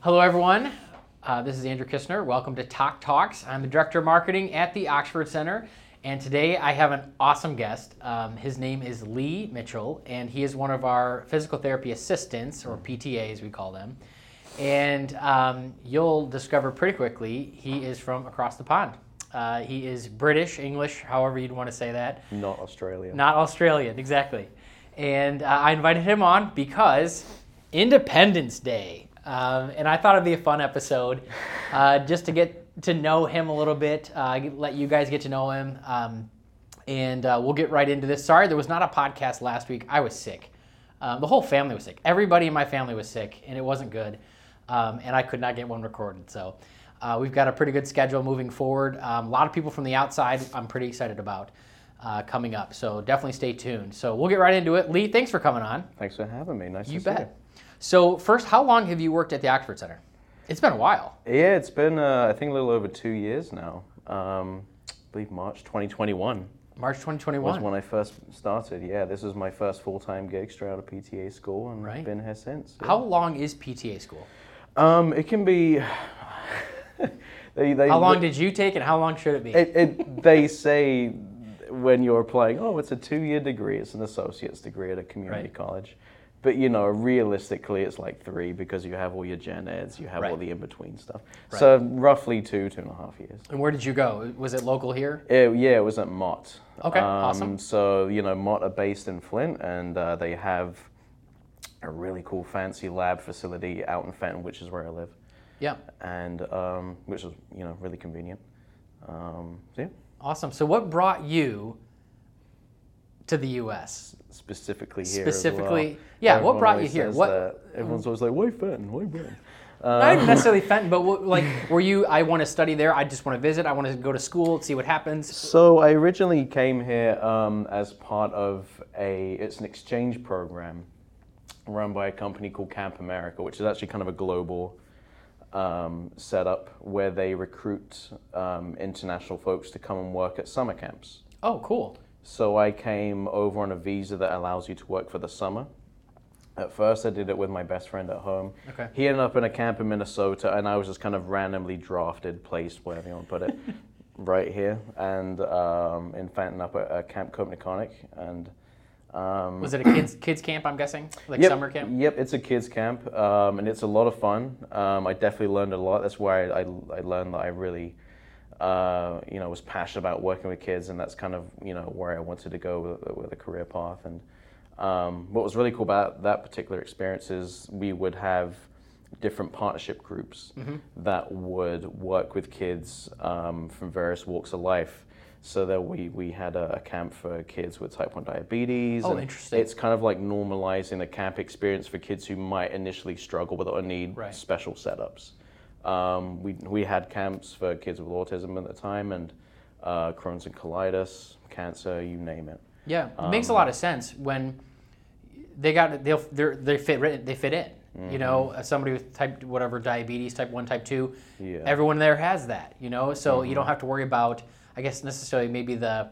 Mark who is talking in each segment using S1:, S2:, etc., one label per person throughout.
S1: Hello, everyone. Uh, this is Andrew Kistner. Welcome to Talk Talks. I'm the Director of Marketing at the Oxford Center, and today I have an awesome guest. Um, his name is Lee Mitchell, and he is one of our physical therapy assistants, or PTAs, we call them. And um, you'll discover pretty quickly he is from across the pond. Uh, he is British, English, however you'd want to say that.
S2: Not Australia.
S1: Not Australian, exactly. And uh, I invited him on because Independence Day. Um, and I thought it'd be a fun episode uh, just to get to know him a little bit, uh, get- let you guys get to know him. Um, and uh, we'll get right into this. Sorry, there was not a podcast last week. I was sick. Um, the whole family was sick. Everybody in my family was sick, and it wasn't good. Um, and I could not get one recorded. So uh, we've got a pretty good schedule moving forward. Um, a lot of people from the outside, I'm pretty excited about uh, coming up. So definitely stay tuned. So we'll get right into it. Lee, thanks for coming on.
S2: Thanks for having me. Nice
S1: You
S2: to
S1: bet. So first, how long have you worked at the Oxford Center? It's been a while.
S2: see you. Yeah, it's been uh, I think a little over two years now. Um, I believe March 2021
S1: March
S2: was
S1: 2021.
S2: when I first started. Yeah, this was my first full-time gig straight out of PTA school, and
S1: Right.
S2: been here since. yeah.
S1: How long is PTA school?
S2: Um, it can be. they, they,
S1: How long did you take, and how long should it be?
S2: It, it, they say when you're applying, oh, it's a two-year degree. It's an associate's degree at a community
S1: Right.
S2: college. But you know, realistically, it's like three because you have all your gen eds, you have all
S1: Right.
S2: the in-between stuff. So roughly two, two and a half years.
S1: and where did you go? Was it local here?
S2: It- yeah, it was at Mott. Um,
S1: Okay, awesome.
S2: So you know, Mott are based in Flint, and uh, they have a really cool, fancy lab facility out in Fenton, which is where I live,
S1: Yeah.
S2: and um, which is you know really convenient. Um, so yeah,
S1: Awesome. So, what brought you to the U.S.
S2: specifically here. as
S1: specifically?
S2: well.
S1: Yeah.
S2: Everyone
S1: what brought you
S2: always
S1: here?
S2: says
S1: What?
S2: that. Um, Everyone's always like, why Fenton? Why Fenton?
S1: Not even necessarily Fenton, but what, like, were you? I want to study there. I just want to visit. I want to go to school. See what happens.
S2: So I originally came here um, as part of a it's an exchange program run by a company called Camp America, which is actually kind of a global um, setup where they recruit um, international folks to come and work at summer camps.
S1: Oh, cool.
S2: So I came over on a visa that allows you to work for the summer. At first, I did it with my best friend at home.
S1: Okay.
S2: He ended up in a camp in Minnesota, and I was just kind of randomly drafted, placed, wherever you want to put it, right here, and um, in Fenton up at, at Camp Coperniconic. And um,
S1: Was it a kids kids camp? I'm guessing, like
S2: yep,
S1: summer camp.
S2: Yep, it's a kids camp, um, and it's a lot of fun. Um, I definitely learned a lot. That's why I, I, I learned that I really, uh, you know, was passionate about working with kids, and that's kind of you know where I wanted to go with, with a career path. And um, what was really cool about that particular experience is we would have different partnership groups
S1: Mm-hmm.
S2: that would work with kids um, from various walks of life. So that we, we had a, a camp for kids with type 1 diabetes.
S1: Oh,
S2: and
S1: interesting.
S2: It's kind of like normalizing the camp experience for kids who might initially struggle with it or need
S1: Right.
S2: special setups. Um, we, we had camps for kids with autism at the time and uh, Crohn's and colitis, cancer, you name it.
S1: Yeah, it makes
S2: Um,
S1: a lot of sense when they got they'll they're, they fit right- they fit in. You know, uh, somebody with type whatever diabetes, type one, type two.
S2: Mm-hmm. Yeah. Mm-hmm.
S1: Everyone there has that. You know, so you don't have to worry about I guess necessarily maybe the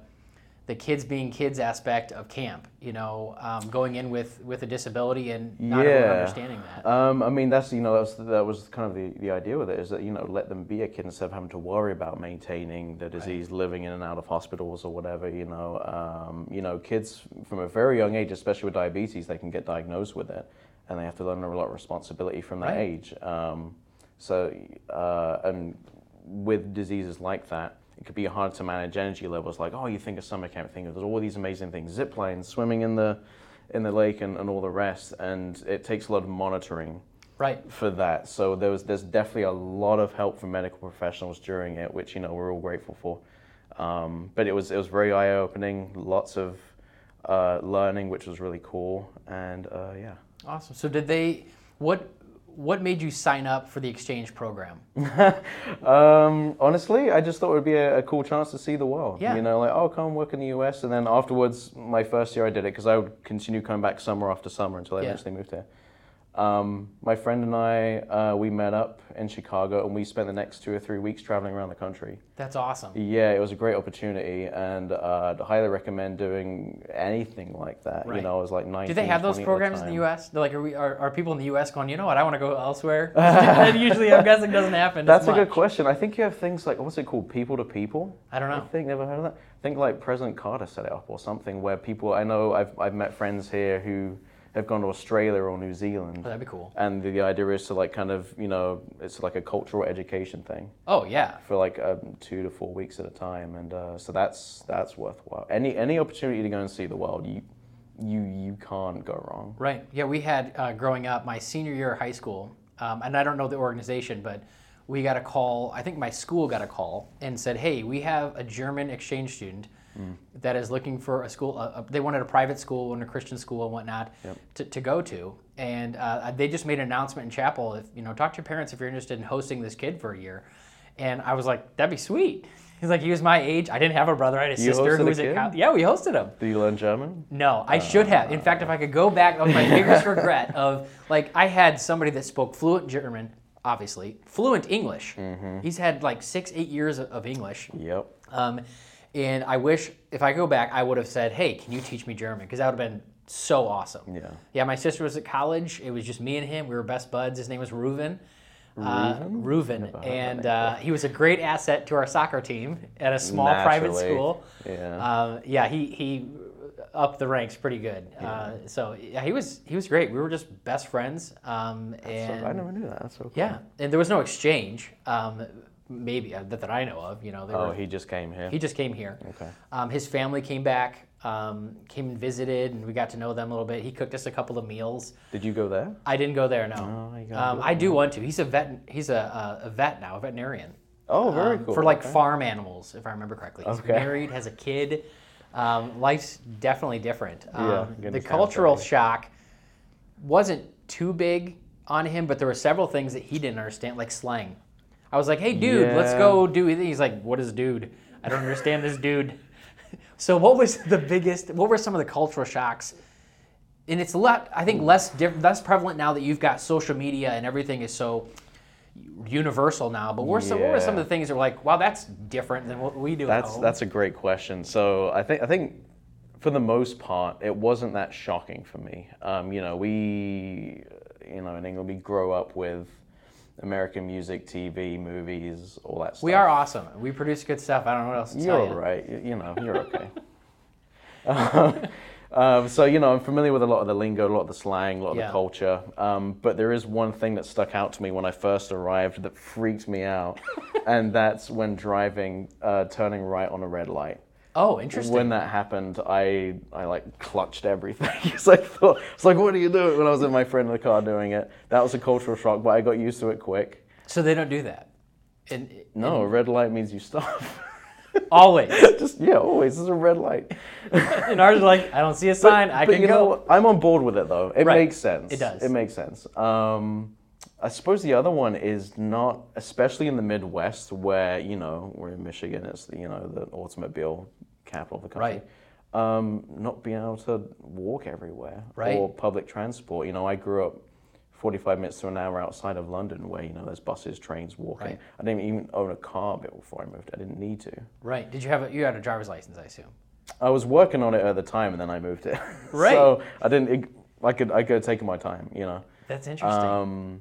S1: the kids being kids aspect of camp. You know, um, going in with with a disability and not everyone
S2: Yeah.
S1: understanding that.
S2: Um, I mean, that's you know that was, that was kind of the, the idea with it is that you know let them be a kid instead of having to worry about maintaining the disease, living in and out of hospitals or whatever. You know, um, you know, kids from a very young age, especially with diabetes, they can get diagnosed with it, and they have to learn a lot of responsibility from that
S1: Right.
S2: age. Um, so, uh, and with diseases like that, it could be hard to manage energy levels. Like, oh, you think of summer camp, think of there's all these amazing things, zip lines, swimming in the in the lake, and, and all the rest. And it takes a lot of monitoring
S1: Right.
S2: for that. So there was there's definitely a lot of help from medical professionals during it, which you know we're all grateful for. Um, but it was it was very eye opening, lots of uh, learning, which was really cool, and uh, yeah.
S1: Awesome. So did they what what made you sign up for the exchange program?
S2: Um, honestly, I just thought it would be a, a cool chance to see the world.
S1: Yeah.
S2: You know, like, oh, come and work in the US. And then afterwards, my first year I did it because I would continue coming back summer after summer until I
S1: Yeah.
S2: eventually moved here. Um, my friend and I, uh, we met up in Chicago and we spent the next two or three weeks traveling around the country.
S1: That's awesome.
S2: Yeah, it was a great opportunity, and uh, I'd highly recommend doing anything like that.
S1: Right.
S2: You know, I was like 19.
S1: Do they have those
S2: 20 at
S1: programs in
S2: time.
S1: the U.S.? They're Like, are, we, are, are people in the U.S. going, you know what, I want to go elsewhere? that usually, I'm guessing, doesn't happen. as
S2: That's a
S1: much.
S2: good question. I think you have things like what's it called, people to people.
S1: I don't
S2: I
S1: know.
S2: think never heard of that. I think like President Carter set it up or something, where people I know I've I've met friends here who have gone to Australia or New Zealand,
S1: That'd be cool.
S2: and the, the idea is to like kind of you know it's like a cultural education thing
S1: Oh, yeah.
S2: for like um, two to four weeks at a time, and uh, so that's that's worthwhile. Any any opportunity to go and see the world, you you you can't go wrong.
S1: Right. Yeah, we had uh, growing up my senior year of high school, um, and I don't know the organization, but we got a call. I think my school got a call and said, "Hey, we have a German exchange student
S2: Mm.
S1: that is looking for a school. Uh, uh, they wanted a private school and a Christian school and whatnot to, to go to." And uh, they just made an announcement in chapel. If you know, talk to your parents if you're interested in hosting this kid for a year. And I was like, "That'd be sweet." He's like, he was my age. I didn't have a brother. I had a
S2: You
S1: sister who
S2: hosted a
S1: was at
S2: kid?
S1: college. Yeah, we hosted him.
S2: Do you learn German?
S1: No, I should have. In fact, if I could go back, that was my biggest regret of like I had somebody that spoke fluent German, obviously fluent English.
S2: Mm-hmm.
S1: He's had like six, eight years of- of English,
S2: Yep.
S1: um, and I wish if I go back, I would have said, "Hey, can you teach me German?" Because that would have been so awesome.
S2: Yeah.
S1: Yeah, my sister was at college. It was just me and him. We were best buds. His name was Reuven. Uh, Reuven,
S2: heard that
S1: and
S2: name
S1: uh, he was a great asset to our soccer team at a small private
S2: Naturally.
S1: school.
S2: Yeah.
S1: Um, yeah, he he upped the ranks pretty good. Uh, so yeah, he was he was great. We were just best friends. Um,
S2: So-
S1: and
S2: I never knew that. That's so cool.
S1: yeah, and there was no exchange. Um, maybe uh, that, that I know of. You know, there
S2: Oh,
S1: were,
S2: he just came here.
S1: he just came here.
S2: Okay.
S1: Um, his family came back, um, came and visited, and we got to know them a little bit. He cooked us a couple of meals.
S2: Did you go there?
S1: I didn't go there. No.
S2: Oh, you gotta
S1: um,
S2: do
S1: I do want to. He's a vet. He's a, uh, a vet now, a veterinarian.
S2: Oh, very
S1: um,
S2: cool.
S1: for like
S2: okay.
S1: farm animals, if I remember correctly. He's
S2: Okay.
S1: married, has a kid. Um, life's definitely different.
S2: Yeah,
S1: Um, the
S2: goodness, I'm
S1: cultural
S2: sorry.
S1: shock wasn't too big on him, but there were several things that he didn't understand, like slang. I was like, "Hey, dude, let's
S2: Yeah.
S1: go do." it." He's like, "What is dude? I don't understand this dude." So, what was the biggest? What were some of the cultural shocks? And it's a lot. I think less diff- less prevalent now that you've got social media and everything is so universal now. But what were some, what were some
S2: Yeah.
S1: of the things that were like, wow, that's different than what we do at
S2: That's
S1: home?
S2: that's a great question. So I think I think for the most part it wasn't that shocking for me. Um, you know we you know in England we grow up with American music, TV, movies, all that stuff.
S1: we are awesome. We produce good stuff. I don't know what else to
S2: You're
S1: tell
S2: all
S1: you.
S2: right. You, you know you're okay. um, so you know I'm familiar with a lot of the lingo, a lot of the slang, a lot of
S1: Yeah.
S2: the culture. Um, but there is one thing that stuck out to me when I first arrived that freaked me out, and that's when driving, uh, turning right on a red light.
S1: Oh, interesting.
S2: When that happened, I I like clutched everything. it's like thought, it's like what are you doing? When I was with my friend in the car doing it, that was a cultural shock, but I got used to it quick.
S1: so they don't do that. And
S2: No, a red light means you stop.
S1: always.
S2: Just yeah, always. There's a red light.
S1: and ours is like, I don't see a sign. I
S2: But
S1: can
S2: you
S1: go.
S2: know what? I'm on board with it though. It
S1: Right.
S2: makes sense.
S1: It does.
S2: It makes sense. Um, I suppose the other one is not, especially in the Midwest, where you know we're in Michigan. It's the, you know the automobile capital of the country.
S1: Right.
S2: Um, not being able to walk everywhere
S1: Right.
S2: or public transport. You know, I grew up 45 minutes to an hour outside of London, where you know there's buses, trains, walking.
S1: Right.
S2: I didn't even own a car before I moved. I didn't need to.
S1: Right. Did you have a, you had a driver's license, I assume.
S2: I was working on it at the time, and then I moved it.
S1: Right.
S2: so I didn't. I could. I could have taken my time. You know.
S1: That's interesting.
S2: Um,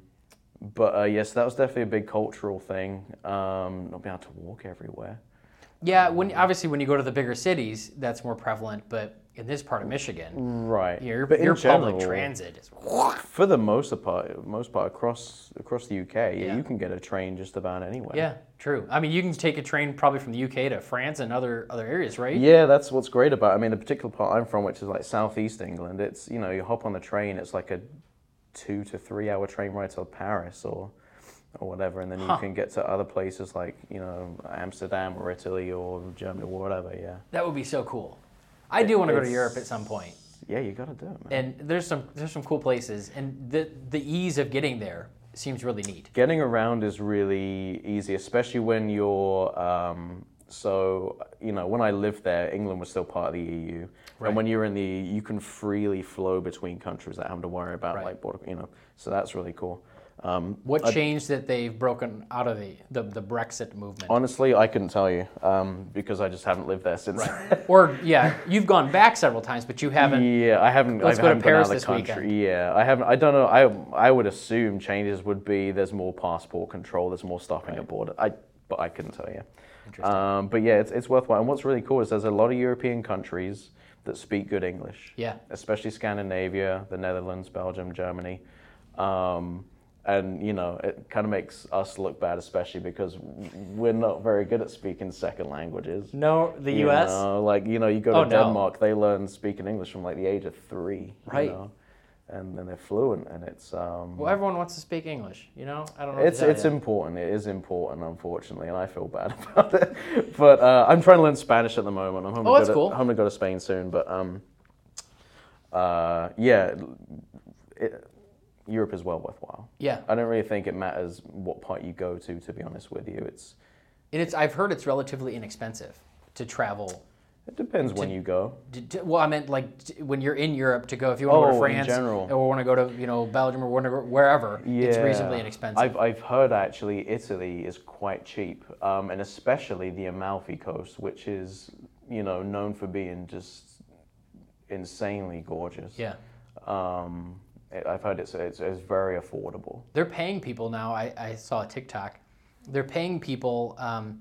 S2: but uh, yes, that was definitely a big cultural thing. Um, not being able to walk everywhere.
S1: yeah. When obviously when you go to the bigger cities, that's more prevalent. But in this part of Michigan,
S2: Right.
S1: your,
S2: Mm, but in
S1: your public
S2: general,
S1: transit is
S2: For the most part, most part across across the UK, yeah,
S1: Yeah.
S2: you can get a train just about anywhere.
S1: yeah, true. I mean, you can take a train probably from the UK to France and other other areas, right?
S2: Yeah, that's what's great about. It. I mean, the particular part I'm from, which is like southeast England, it's you know you hop on the train, it's like a two to three hour train ride to Paris or or whatever, and then you can get to other places like you know Amsterdam or Italy or Germany or whatever. Yeah,
S1: That would be so cool. I do want to go to
S2: it's-
S1: Europe at some point,
S2: yeah, you gotta do it, man.
S1: and there's some there's some cool places, and the the ease of getting there seems really neat.
S2: Getting around is really easy, especially when you're um, So you know, when I lived there, England was still part of the EU,
S1: Right.
S2: and when you're in the, EU, you can freely flow between countries without having to worry about
S1: Right.
S2: like border. You know, so that's really cool. Um,
S1: What changed that they've broken out of the the, the Brexit movement?
S2: honestly, I couldn't tell you um, because I just haven't lived there since.
S1: or yeah, you've gone back several times, but you haven't.
S2: Yeah, I haven't.
S1: Let's go
S2: I
S1: to
S2: haven't been
S1: Paris
S2: out of
S1: this
S2: the country. Yeah, I haven't. I don't know. I I would assume changes would be there's more passport control, there's more stopping at border. I but I couldn't tell you.
S1: Interesting.
S2: Um, but yeah, it's it's worthwhile. And what's really cool is there's a lot of European countries that speak good English.
S1: Yeah.
S2: Especially Scandinavia, the Netherlands, Belgium, Germany. Um, and you know, it kind of makes us look bad, especially because we're not very good at speaking second languages.
S1: No, the
S2: You
S1: U.S.
S2: know, like you know, you go to
S1: Oh, no.
S2: Denmark, they learn speaking English from like the age of three, you
S1: Right.
S2: know, and then they're fluent, and it's um,
S1: Well, everyone wants to speak English. You know, I don't know. what to
S2: it's
S1: tell
S2: it's
S1: you.
S2: important. It is important, unfortunately, and I feel bad about it. But uh, I'm trying to learn Spanish at the moment. I'm home
S1: Oh,
S2: to go
S1: that's
S2: to,
S1: cool.
S2: I'm gonna go to Spain soon, but um, uh, yeah, it, Europe is well worthwhile.
S1: yeah,
S2: I don't really think it matters what part you go to. To be honest with you, it's
S1: and it's I've heard it's relatively inexpensive to travel.
S2: it depends when you go.
S1: D- d- Well, I meant like d- when you're in Europe to go if you want to go
S2: Oh,
S1: to
S2: in
S1: France
S2: general.
S1: or want to go to you know Belgium or wanna go- wherever. It's reasonably inexpensive.
S2: I've, I've heard actually Italy is quite cheap, um, and especially the Amalfi Coast, which is you know known for being just insanely gorgeous.
S1: yeah,
S2: Um, I- I've heard it's, it's it's very affordable.
S1: they're paying people now. I, I saw a TikTok. They're paying people um,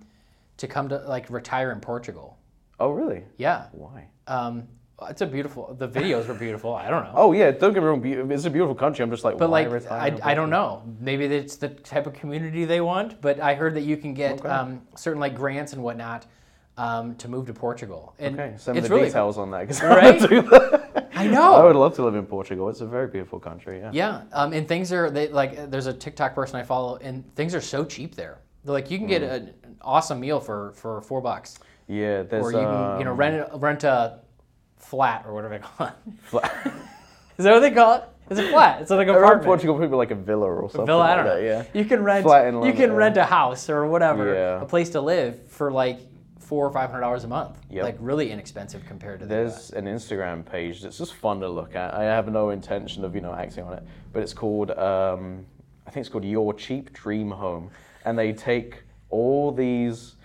S1: to come to like retire in Portugal.
S2: Oh really?
S1: Yeah,
S2: Why?
S1: um, it's a beautiful. The videos were beautiful. I don't know.
S2: Oh yeah, don't get me wrong. beau- It's a beautiful country. I'm just like,
S1: But
S2: why
S1: like,
S2: retire
S1: I,
S2: in
S1: I don't know. Maybe it's the type of community they want. But I heard that you can get
S2: Okay.
S1: um, certain like grants and whatnot um, to move to Portugal. And
S2: Okay, send me
S1: it's
S2: the
S1: really,
S2: details on that because
S1: Right?
S2: I, wanna do that.
S1: I know.
S2: I would love to live in Portugal. It's a very beautiful country. Yeah.
S1: Yeah, um, and things are they like. There's a TikTok person I follow, and things are so cheap there. They're like you can
S2: Hmm.
S1: get an an awesome meal for for four bucks,
S2: Yeah. There's
S1: or you can you know
S2: um,
S1: rent a- rent a flat or whatever they call it.
S2: fla-
S1: Is that what they call it? It's a flat. It's like an
S2: I remember in
S1: apartment.
S2: Portugal people like a villa or something.
S1: Villa, I don't
S2: like
S1: know.
S2: that, yeah.
S1: You can rent.
S2: Flat in
S1: you
S2: London,
S1: can
S2: yeah.
S1: rent a house or whatever,
S2: Yeah.
S1: a place to live for like four or five hundred dollars a month.
S2: Yep.
S1: Like really inexpensive compared to the US.
S2: There's an Instagram page that's just fun to look at. I have no intention of you know acting on it, but it's called um, I think it's called Your Cheap Dream Home, and they take all these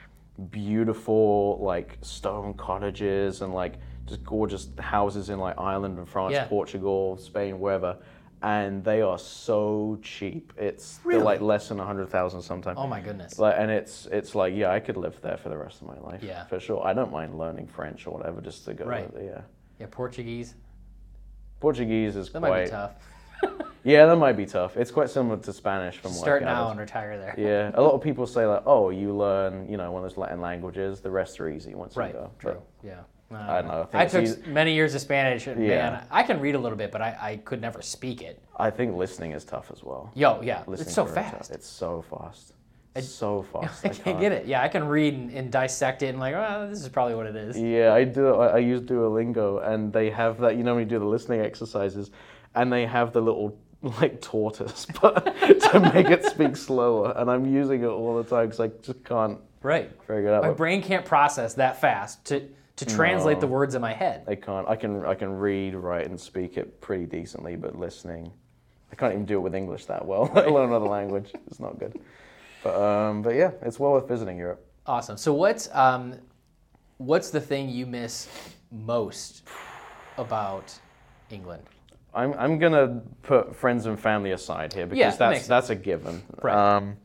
S2: beautiful like stone cottages and like just gorgeous houses in like Ireland and France,
S1: Yeah.
S2: Portugal, Spain, wherever. And they are so cheap. It's they're,
S1: Really?
S2: like less than a hundred thousand sometimes.
S1: Oh my goodness.
S2: Like, and it's it's like yeah, I could live there for the rest of my life.
S1: Yeah.
S2: for sure. I don't mind learning French or whatever just to go.
S1: Right.
S2: there, Yeah,
S1: Yeah, Portuguese.
S2: Portuguese is
S1: That
S2: quite.
S1: might be tough.
S2: Yeah, that might be tough. It's quite similar to Spanish from what I
S1: Start now
S2: gathered.
S1: and retire there.
S2: Yeah, a lot of people say like, oh, you learn you know one of those Latin languages. The rest are easy once
S1: Right.
S2: you go. But
S1: True. Yeah. Uh,
S2: I don't know. I think
S1: I
S2: it's
S1: took
S2: easy-
S1: many years of Spanish, and
S2: Yeah.
S1: man, I can read a little bit, but I, I could never speak it.
S2: I think listening is tough as well.
S1: Yo, yeah,
S2: Listening
S1: it's so
S2: for a tough-
S1: fast.
S2: It's so fast. It's so fast.
S1: I can't get it. Yeah, I can read and, and dissect it, and like, oh, this is probably what it is.
S2: Yeah, I do. I, I use Duolingo, and they have that. You know, when you do the listening exercises, and they have the little like tortoise, but to make it speak slower. And I'm using it all the time because I just can't
S1: Right.
S2: figure it out.
S1: My
S2: But
S1: brain can't process that fast to to translate the words in my head.
S2: I can't. I can. I can read, write, and speak it pretty decently, but listening, I can't even do it with English that well. Let alone another language. It's not good. But um, but yeah, it's well worth visiting Europe.
S1: Awesome. So what's um, what's the thing you miss most about England?
S2: I'm, I'm gonna put friends and family aside here because
S1: Yeah, that makes
S2: that's
S1: sense.
S2: that's a given.
S1: Right.
S2: Um,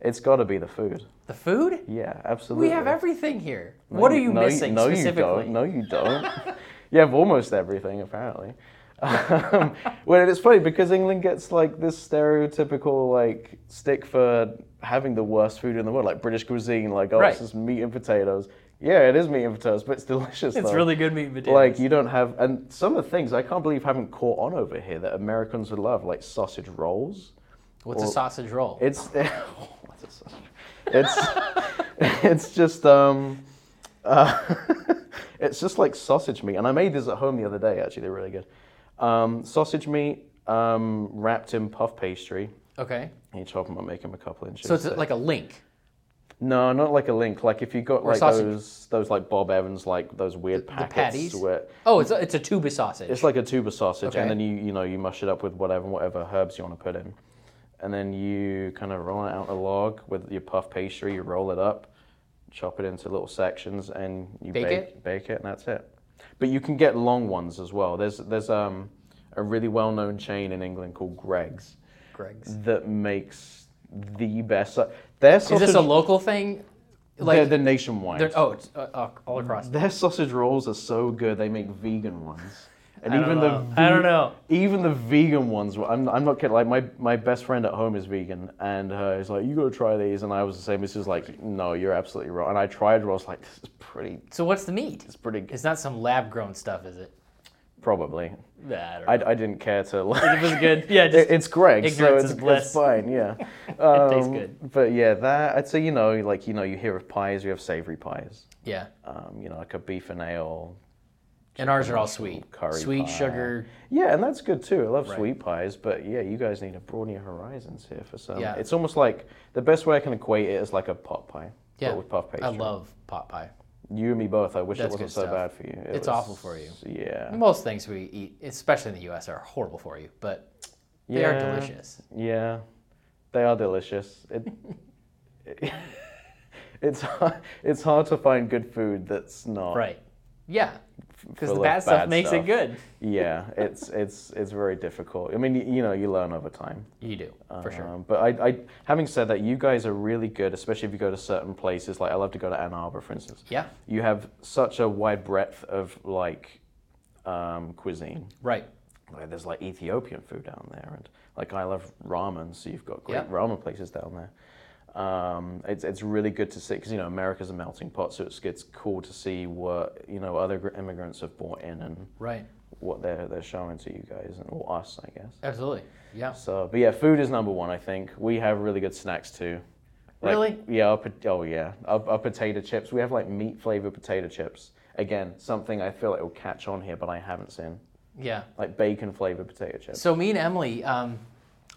S2: it's got to be the food.
S1: The food?
S2: Yeah, absolutely.
S1: We have everything here. what are you
S2: No,
S1: missing
S2: no,
S1: specifically?
S2: You don't. No, you don't. you have almost everything, apparently. Um, well, it's funny because England gets like this stereotypical like stick for having the worst food in the world, like British cuisine, like oh,
S1: Right.
S2: it's just meat and potatoes. Yeah, it is meat and potatoes, but it's delicious.
S1: It's
S2: though.
S1: really good meat and potatoes.
S2: Like you don't have, and some of the things I can't believe haven't caught on over here that Americans would love, like sausage rolls.
S1: What's a sausage roll?
S2: It's what's a sausage? It's it's just um, uh, it's just like sausage meat, and I made these at home the other day. Actually, they're really good. Um, sausage meat um, wrapped in puff pastry.
S1: okay.
S2: And you chop them up, make them a couple inches.
S1: So it's
S2: thick.
S1: like a link.
S2: No, not like a link. Like if you got
S1: Or
S2: like
S1: sausage.
S2: those those like Bob Evans like those weird
S1: the
S2: packets
S1: patties?
S2: where
S1: Oh, it's a, it's a tuba sausage.
S2: it's like a tuba sausage,
S1: Okay.
S2: and then you you know you mush it up with whatever whatever herbs you want to put in, and then you kind of roll it out a log with your puff pastry. You roll it up, chop it into little sections, and you
S1: Bake
S2: bake,
S1: it?
S2: Bake it, and that's it. But you can get long ones as well. There's there's um a really well known chain in England called Greg's
S1: Greg's.
S2: that makes the best. sa- Their
S1: Is
S2: sausage,
S1: this a local thing?
S2: they're,
S1: Like
S2: they're nationwide.
S1: they're- oh, it's uh, uh, all across.
S2: Their sausage rolls are so good. They make vegan ones, and
S1: I don't
S2: even
S1: know.
S2: the
S1: I don't know.
S2: even the vegan ones. were- I'm, I'm not kidding. Like my, my best friend at home is vegan, and uh, he's like, "You gotta try these." And I was the same. This is like, "No, you're absolutely wrong." And I tried. and I was like, "This is pretty.
S1: So what's the meat?
S2: It's pretty good."
S1: It's not some lab grown stuff, is it?
S2: Probably.
S1: Nah, I don't know.
S2: I, I didn't care to.
S1: it
S2: Like,
S1: was good. Yeah, just
S2: it, it's Greg, so
S1: ignorance
S2: it's,
S1: is bliss.
S2: it's fine. Yeah.
S1: tastes
S2: Um,
S1: good.
S2: But yeah, that I'd say you know, like you know, you hear of pies. We have savory pies.
S1: yeah.
S2: Um, you know, like a beef and ale.
S1: And ours are all sweet.
S2: Curry
S1: sweet
S2: pie.
S1: sugar.
S2: Yeah, and that's good too. I love
S1: Right.
S2: sweet pies, but yeah, you guys need to broaden your horizons here for some.
S1: Yeah.
S2: It's almost like the best way I can equate it is like a pot pie. but
S1: Yeah.
S2: with puff pastry.
S1: I love pot pie.
S2: you and me both. I wish it
S1: That's
S2: wasn't
S1: good
S2: so
S1: stuff.
S2: bad for you. It
S1: It's awful for you.
S2: Yeah.
S1: Most things we eat, especially in the U.S., are horrible for you, but they are
S2: Yeah.
S1: delicious.
S2: Yeah. They are delicious. It, it's hard, it's hard to find good food that's not
S1: Right. Yeah. Because
S2: full
S1: the
S2: of
S1: bad stuff
S2: bad
S1: makes it
S2: stuff.
S1: good.
S2: Yeah, it's it's it's very difficult. I mean, you, you know, you learn over time.
S1: You do, for sure.
S2: Um, but I, I, having said that, you guys are really good, especially if you go to certain places. Like I love to go to Ann Arbor, for instance.
S1: Yeah.
S2: You have such a wide breadth of like um, cuisine.
S1: Right.
S2: Like, there's like Ethiopian food down there, and like I love ramen, so you've got great
S1: Yeah.
S2: ramen places down there. Um, it's it's really good to see because you know America's a melting pot, so it's it's cool to see what you know other gr- immigrants have brought in and
S1: Right.
S2: what they're they're showing to you guys and or us, I guess.
S1: Absolutely. Yeah.
S2: So, but yeah, food is number one. I think we have really good snacks too.
S1: Really?
S2: Yeah. Our, pot- oh yeah. Our, our potato chips. We have like meat flavored potato chips. Again, something I feel like will catch on here, but I haven't seen
S1: Yeah.
S2: like bacon flavored potato chips.
S1: So me and Emily, um,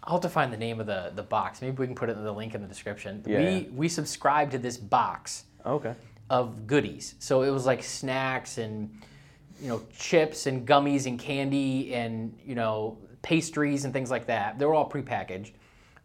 S1: I'll have to find the name of the, the box. Maybe we can put it in the link in the description.
S2: Yeah.
S1: We we subscribe to this box
S2: Okay.
S1: of goodies. So it was like snacks and you know chips and gummies and candy and you know pastries and things like that. They were all prepackaged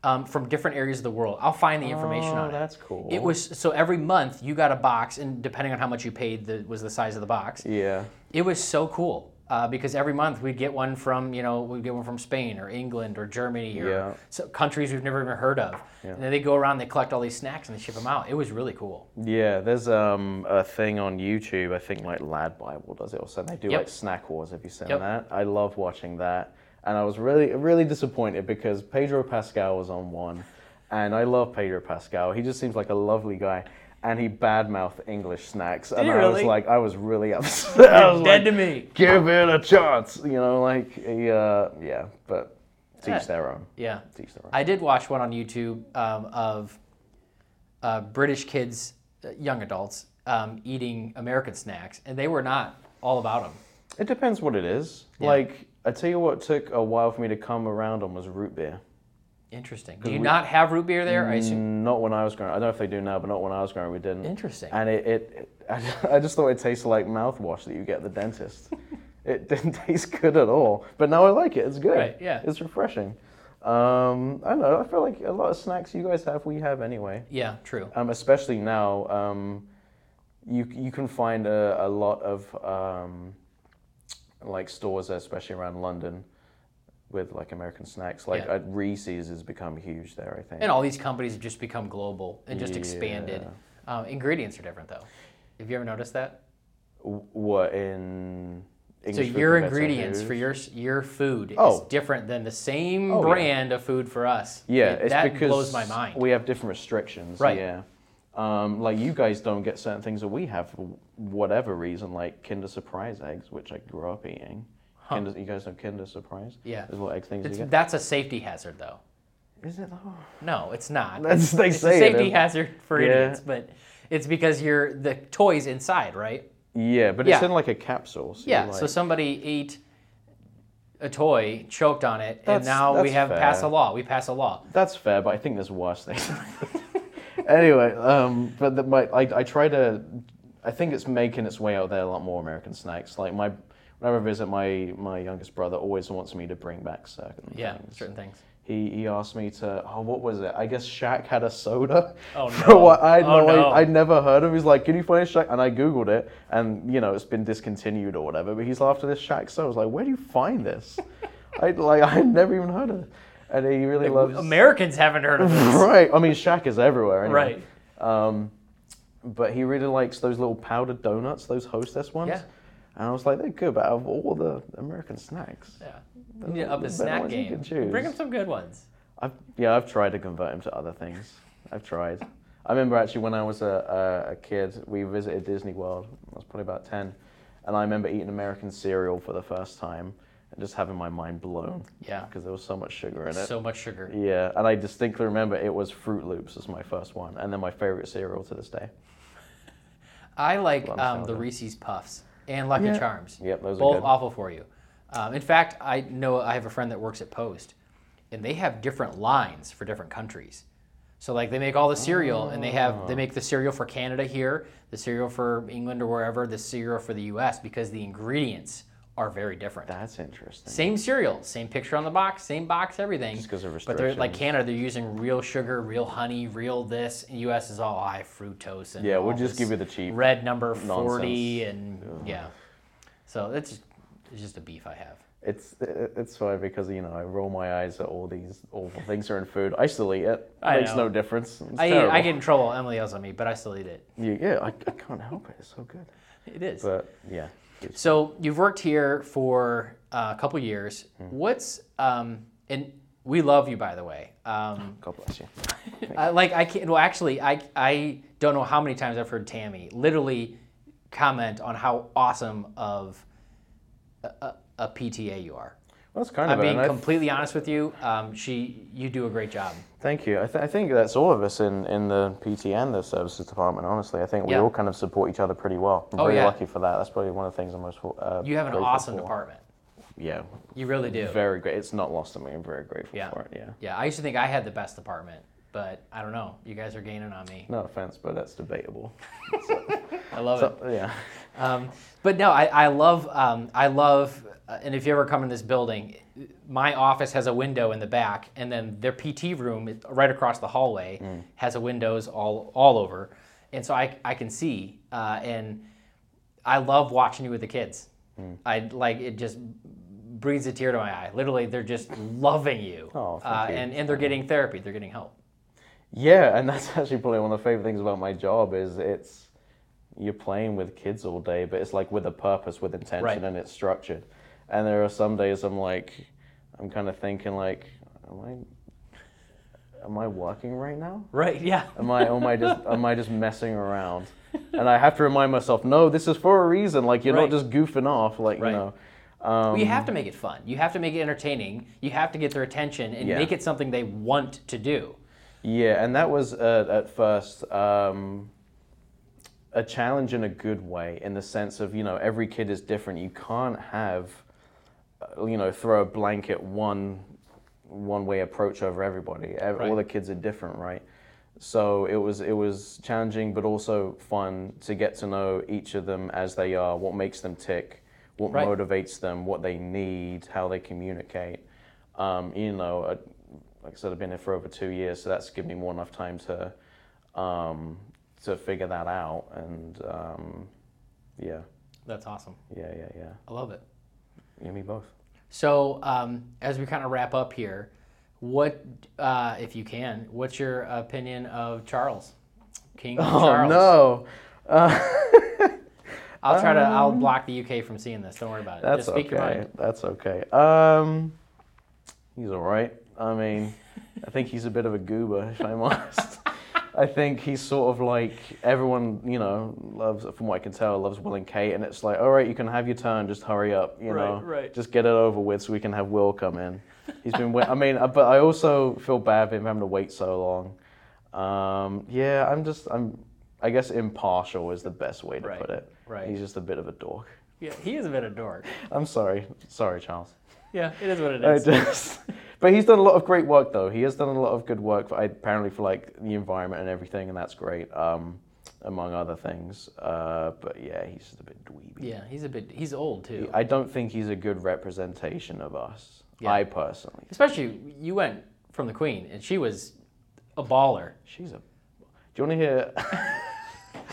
S1: um, from different areas of the world. I'll find the information
S2: Oh,
S1: on it.
S2: that's cool.
S1: It was so every month you got a box, and depending on how much you paid, the, was the size of the box.
S2: Yeah.
S1: It was so cool uh, because every month we'd get one from you know we'd get one from Spain or England or Germany or
S2: Yeah.
S1: so- countries we've never even heard of, and then they go around they collect all these snacks and they ship them out. It was really cool.
S2: Yeah. There's um a thing on YouTube. I think like Lad Bible does it or something. They do
S1: Yep.
S2: like snack wars. Have you seen
S1: Yep.
S2: that? I love watching that. And I was really really disappointed because Pedro Pascal was on one, and I love Pedro Pascal. He just seems like a lovely guy. And he badmouthed English snacks, and
S1: he
S2: I was
S1: really?
S2: like, I was really upset. I was
S1: Dead
S2: like,
S1: to me.
S2: Give it a chance, you know, like, he, uh, yeah. But teach
S1: Yeah.
S2: their own.
S1: Yeah,
S2: Teach their own.
S1: I did watch one on YouTube um, of uh, British kids, uh, young adults, um, eating American snacks, and they were not all about them.
S2: It depends what it is. Like, I tell you what took a while for me to come around on was root beer.
S1: Interesting. Do you not have root beer there? I assume.
S2: Mm, Not when I was growing. I don't know if they do now, but not when I was growing. We didn't.
S1: Interesting.
S2: And it, it, it I, I just thought it tasted like mouthwash that you get at the dentist. it didn't taste good at all. But now I like it. It's good.
S1: Right, yeah.
S2: It's refreshing. Um, I don't know. I feel like a lot of snacks you guys have, we have anyway.
S1: Yeah, true.
S2: Um, especially now, um, you you can find a, a lot of um, like stores, especially around London, with like American snacks. Like
S1: Yeah.
S2: uh, Reese's has become huge there. I think.
S1: And all these companies have just become global and just expanded.
S2: Yeah.
S1: Um, ingredients are different though. Have you ever noticed that?
S2: W- what in English
S1: so
S2: food
S1: your
S2: compared to
S1: ingredients for
S2: whose?
S1: your s- your food is
S2: Oh.
S1: different than the same
S2: Oh, yeah.
S1: brand of food for us.
S2: yeah,
S1: It-
S2: it's
S1: that
S2: because
S1: blows my mind.
S2: We have different restrictions.
S1: Right.
S2: Yeah. Um, like you guys don't get certain things that we have for whatever reason, like Kinder Surprise eggs, which I grew up eating. Kinder, you guys know Kinder Surprise?
S1: Yeah.
S2: There's little egg things
S1: It's-
S2: you get.
S1: that's a safety hazard though.
S2: Is it though?
S1: No, it's not.
S2: That's- they
S1: it's
S2: say
S1: a
S2: it
S1: safety
S2: is.
S1: hazard for
S2: Yeah.
S1: idiots, but it's because you're the toys inside, right?
S2: Yeah, but it's
S1: Yeah.
S2: in like a capsule. So
S1: Yeah.
S2: you're
S1: so
S2: like-
S1: somebody ate a toy, choked on it, and
S2: That's-
S1: now we
S2: that's
S1: have
S2: fair.
S1: passed a law. We pass a law.
S2: that's fair, but I think there's worse things. anyway, um, but the, my, I, I try to. I think it's making its way out there a lot more American snacks. Like my, whenever I visit my my youngest brother, always wants me to bring back certain
S1: Yeah,
S2: things.
S1: certain things.
S2: He, he asked me to oh what was it I guess Shaq had a soda
S1: Oh,
S2: for
S1: no.
S2: what I
S1: Oh,
S2: know
S1: no.
S2: I, would never heard of he's like can you find Shaq and I googled it and you know it's been discontinued or whatever but he's after this Shaq soda I was like where do you find this I like I never even heard of it and he really loves
S1: Americans haven't heard of this.
S2: right. I mean, Shaq is everywhere. Anyway.
S1: Right.
S2: Right. Um, but he really likes those little powdered donuts, those Hostess ones.
S1: Yeah.
S2: And I was like, they're good, but out of all the American snacks,
S1: Yeah. You need to up his
S2: Better
S1: snack
S2: ones you
S1: game.
S2: can choose.
S1: Bring him some good ones.
S2: I've yeah, I've tried to convert him to other things. I've tried. I remember actually when I was a, a, a kid, we visited Disney World. I was probably about ten, and I remember eating American cereal for the first time and just having my mind blown
S1: Yeah.
S2: because there was so much sugar in it.
S1: So much sugar.
S2: Yeah, and I distinctly remember it was Fruit Loops as my first one, and then my favorite cereal to this day.
S1: I like
S2: Lump
S1: um, the
S2: sourdough.
S1: Reese's Puffs and Lucky
S2: Yeah.
S1: Charms.
S2: Yep, those are
S1: Both
S2: good.
S1: awful for you. Um, in fact, I know I have a friend that works at Post, and they have different lines for different countries. So like they make all the cereal, and they have
S2: Oh.
S1: they make the cereal for Canada here, the cereal for England or wherever, the cereal for the U.S. because the ingredients are very different.
S2: That's interesting.
S1: Same cereal, same picture on the box, same box, everything.
S2: Just 'cause of
S1: But they're like
S2: restrictions.
S1: Canada, they're using real sugar, real honey, real this. and U.S. is all high fructose and
S2: Yeah, we'll
S1: all
S2: just
S1: this
S2: give you the cheap
S1: red number
S2: nonsense.
S1: forty and yeah. So it's it's just a beef I have.
S2: It's it- it's funny because you know I roll my eyes at all these awful things are in food. I still eat it.
S1: I
S2: Makes
S1: know.
S2: no difference. It's
S1: I eat,
S2: terrible.
S1: I get in trouble. Emily yells at me, but I still eat it.
S2: You- yeah, I, I can't help it. It's so good.
S1: It is.
S2: But yeah, it's-
S1: So you've worked here for uh, a couple years.
S2: Hmm.
S1: What's um, and we love you by the way. Um,
S2: God bless you.
S1: I, Uh, like I can't. Well, actually, I I don't know how many times I've heard Tammy literally comment on how awesome of a, a, a PTA you are.
S2: Well, that's kind
S1: I'm
S2: of it.
S1: being
S2: and I-
S1: completely honest with you. Um, she, you do a great job.
S2: Thank you. I, th- I think that's all of us in, in the PT and the services department. Honestly, I think we
S1: Yeah.
S2: all kind of support each other pretty well. I'm
S1: Oh,
S2: very
S1: yeah.
S2: lucky for that. That's probably one of the things I'm most. Uh,
S1: You have an
S2: grateful
S1: awesome
S2: for.
S1: department.
S2: Yeah,
S1: You really do.
S2: very great. It's not lost on me. I'm very grateful
S1: Yeah.
S2: for it. Yeah.
S1: Yeah, I used to think I had the best department, but I don't know. You guys are gaining on me.
S2: No offense, but that's debatable.
S1: I love it.
S2: So, yeah.
S1: Um, but no, I, I love, um, I love, uh, and if you ever come in this building, my office has a window in the back, and then their PT room is right across the hallway
S2: Mm.
S1: has a windows all all over, and so I I can see, uh, and I love watching you with the kids.
S2: Mm.
S1: I like it just breathes a tear to my eye. Literally, they're just loving you,
S2: Oh, thank
S1: uh,
S2: you.
S1: and and they're getting therapy, they're getting help.
S2: Yeah, and that's actually probably one of the favorite things about my job is it's you're playing with kids all day, but it's like with a purpose, with intention,
S1: Right.
S2: and it's structured. And there are some days I'm like, I'm kind of thinking like, am I, am I working right now?
S1: Right? Yeah.
S2: Am I, am I just, am I just messing around? And I have to remind myself, no, this is for a reason. Like you're
S1: Right.
S2: not just goofing off, like
S1: Right.
S2: you know.
S1: Well, you
S2: Um,
S1: have to make it fun. You have to make it entertaining. You have to get their attention and
S2: Yeah.
S1: make it something they want to do.
S2: Yeah, and that was uh, at first um, a challenge in a good way, in the sense of you know every kid is different. You can't have uh, you know throw a blanket one one way approach over everybody. Ev-
S1: Right.
S2: All the kids are different, right? So it was it was challenging, but also fun to get to know each of them as they are, what makes them tick, what
S1: Right.
S2: motivates them, what they need, how they communicate. Um, you know, I, like I said, I've been here for over two years, so that's given me more than enough time to um, to figure that out. And um, yeah,
S1: That's awesome.
S2: yeah, yeah, yeah.
S1: I love it.
S2: You and me both.
S1: So, um, as we kind of wrap up here, what, uh, if you can, what's your opinion of Charles? King Charles.
S2: Oh, no. Uh,
S1: I'll try to. I'll block the UK from seeing this. Don't worry about it.
S2: Um, That's
S1: Just speak
S2: okay.
S1: your mind.
S2: That's okay. Um, he's all right. I mean, I think he's a bit of a goober, if I'm honest. I think he's sort of like everyone, you know, loves, from what I can tell, loves Will and Kate. And it's like, all right, you can have your turn, just hurry up, you
S1: Right,
S2: know.
S1: right.
S2: Just get it over with so we can have Will come in. He's been, wait- I mean, uh, but I also feel bad for him having to wait so long. Um, yeah, I'm just, I'm, I guess impartial is the best way to
S1: Right,
S2: put it.
S1: right.
S2: He's just a bit of a dork.
S1: Yeah, he is a bit of a dork.
S2: I'm sorry. Sorry, Charles.
S1: Yeah, it is what it
S2: I
S1: is.
S2: just, But he's done a lot of great work, though. He has done a lot of good work, I- apparently for like the environment and everything, and that's great, um, among other things. Uh, but yeah, he's just a bit dweeby.
S1: Yeah, he's a bit. He's old too.
S2: I don't think he's a good representation of us.
S1: Yeah.
S2: I personally,
S1: Especially you went from the Queen, and she was a baller.
S2: she's a. Do you want to hear?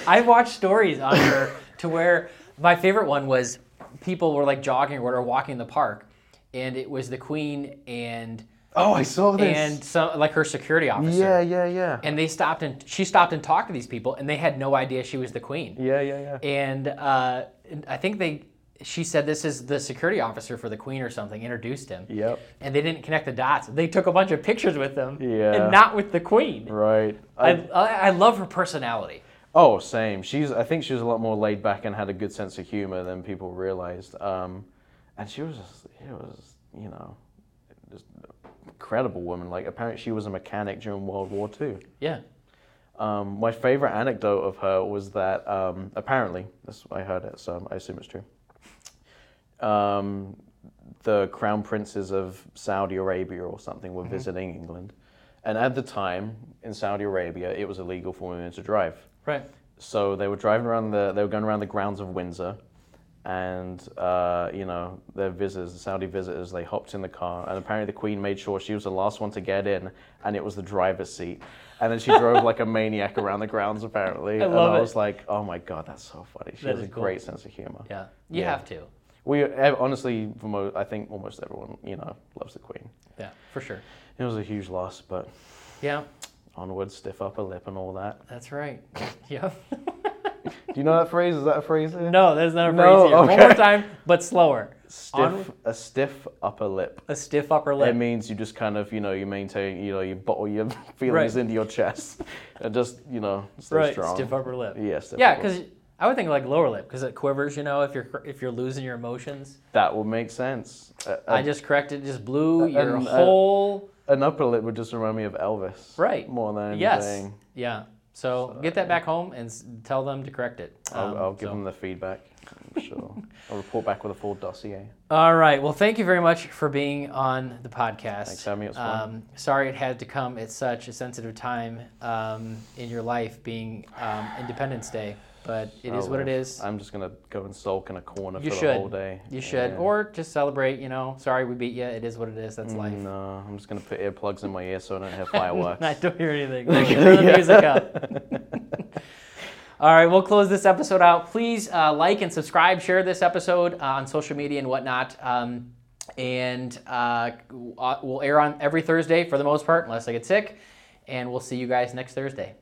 S1: I watched stories on her to where my favorite one was people were like jogging or whatever, walking in the park, and it was the Queen and
S2: Oh, I saw this.
S1: and some like her security officer.
S2: yeah, yeah, yeah,
S1: And they stopped and she stopped and talked to these people, and they had no idea she was the Queen.
S2: yeah, yeah, yeah.
S1: And uh, and I think they she said this is the security officer for the Queen or something introduced him.
S2: Yep.
S1: And they didn't connect the dots. They took a bunch of pictures with them,
S2: Yeah.
S1: and not with the Queen.
S2: Right.
S1: I, I I love her personality.
S2: Oh, same. She's. I think she was a lot more laid back and had a good sense of humor than people realized. Um, and she was, just, it was, you know, just an incredible woman. Like apparently, she was a mechanic during World War II.
S1: Yeah.
S2: Um, my favorite anecdote of her was that um, apparently, this, I heard it, so I assume it's true. Um, the crown princes of Saudi Arabia or something were visiting England, and at the time in Saudi Arabia, it was illegal for women to drive.
S1: Right.
S2: So they were driving around the, they were going around the grounds of Windsor, and uh, you know their visitors, the Saudi visitors, they hopped in the car, and apparently the Queen made sure she was the last one to get in, and it was the driver's seat, and then she drove like a maniac around the grounds apparently, and
S1: love
S2: I
S1: it.
S2: was like, oh my god, that's so funny. She
S1: That
S2: has
S1: is
S2: a
S1: cool.
S2: great sense of humor.
S1: Yeah. You
S2: Yeah.
S1: have to.
S2: We ev- honestly, for mo- I think almost everyone, you know, loves the Queen.
S1: Yeah, for sure.
S2: It was a huge loss, but
S1: Yeah,
S2: onward, stiff upper lip, and all that.
S1: that's right. yeah.
S2: Do you know that phrase? Is that a phrase? there?
S1: No, that's not a phrase.
S2: No,
S1: here. One
S2: okay.
S1: more time, but slower.
S2: Stiff,
S1: Onward-
S2: a stiff upper lip.
S1: A stiff upper lip.
S2: It means you just kind of, you know, you maintain, you know, you bottle your feelings
S1: Right.
S2: into your chest and just, you know, stay
S1: right.
S2: strong.
S1: Stiff upper lip.
S2: Yeah, stiff
S1: Yeah,
S2: upper lip.
S1: because I would think like lower lip because it quivers. You know, if you're cr- if you're losing your emotions.
S2: that would make sense. A- a-
S1: I just corrected. Just blew your
S2: and, Oh. uh,
S1: whole.
S2: an upper lip would just remind me of Elvis.
S1: Right.
S2: More than anything.
S1: yes. Yeah. So, get that back home and s- tell them to correct it.
S2: uh, I'll,
S1: Um,
S2: I'll give
S1: so-
S2: them the feedback, I'm sure. I'll report back with a full dossier.
S1: All right. Well, thank you very much for being on the podcast.
S2: Thanks for having me. It was fun.
S1: Um, sorry it had to come at such a sensitive time um, in your life, being um, Independence Day. But it is
S2: Oh,
S1: what it
S2: well,
S1: is.
S2: I'm just going to go and sulk in a corner
S1: You
S2: for
S1: should.
S2: the whole day.
S1: You should,
S2: Yeah.
S1: or just celebrate. You know, sorry we beat you. It is what it is.
S2: Mm,
S1: That's life.
S2: No, I'm just going to put earplugs in my ear so I don't hear fireworks.
S1: I don't hear anything. Like, turn the music up. All right, we'll close this episode out. Please uh, like and subscribe, share this episode uh, on social media and whatnot. Um, and uh, we'll air on every Thursday for the most part, unless I get sick. And we'll see you guys next Thursday.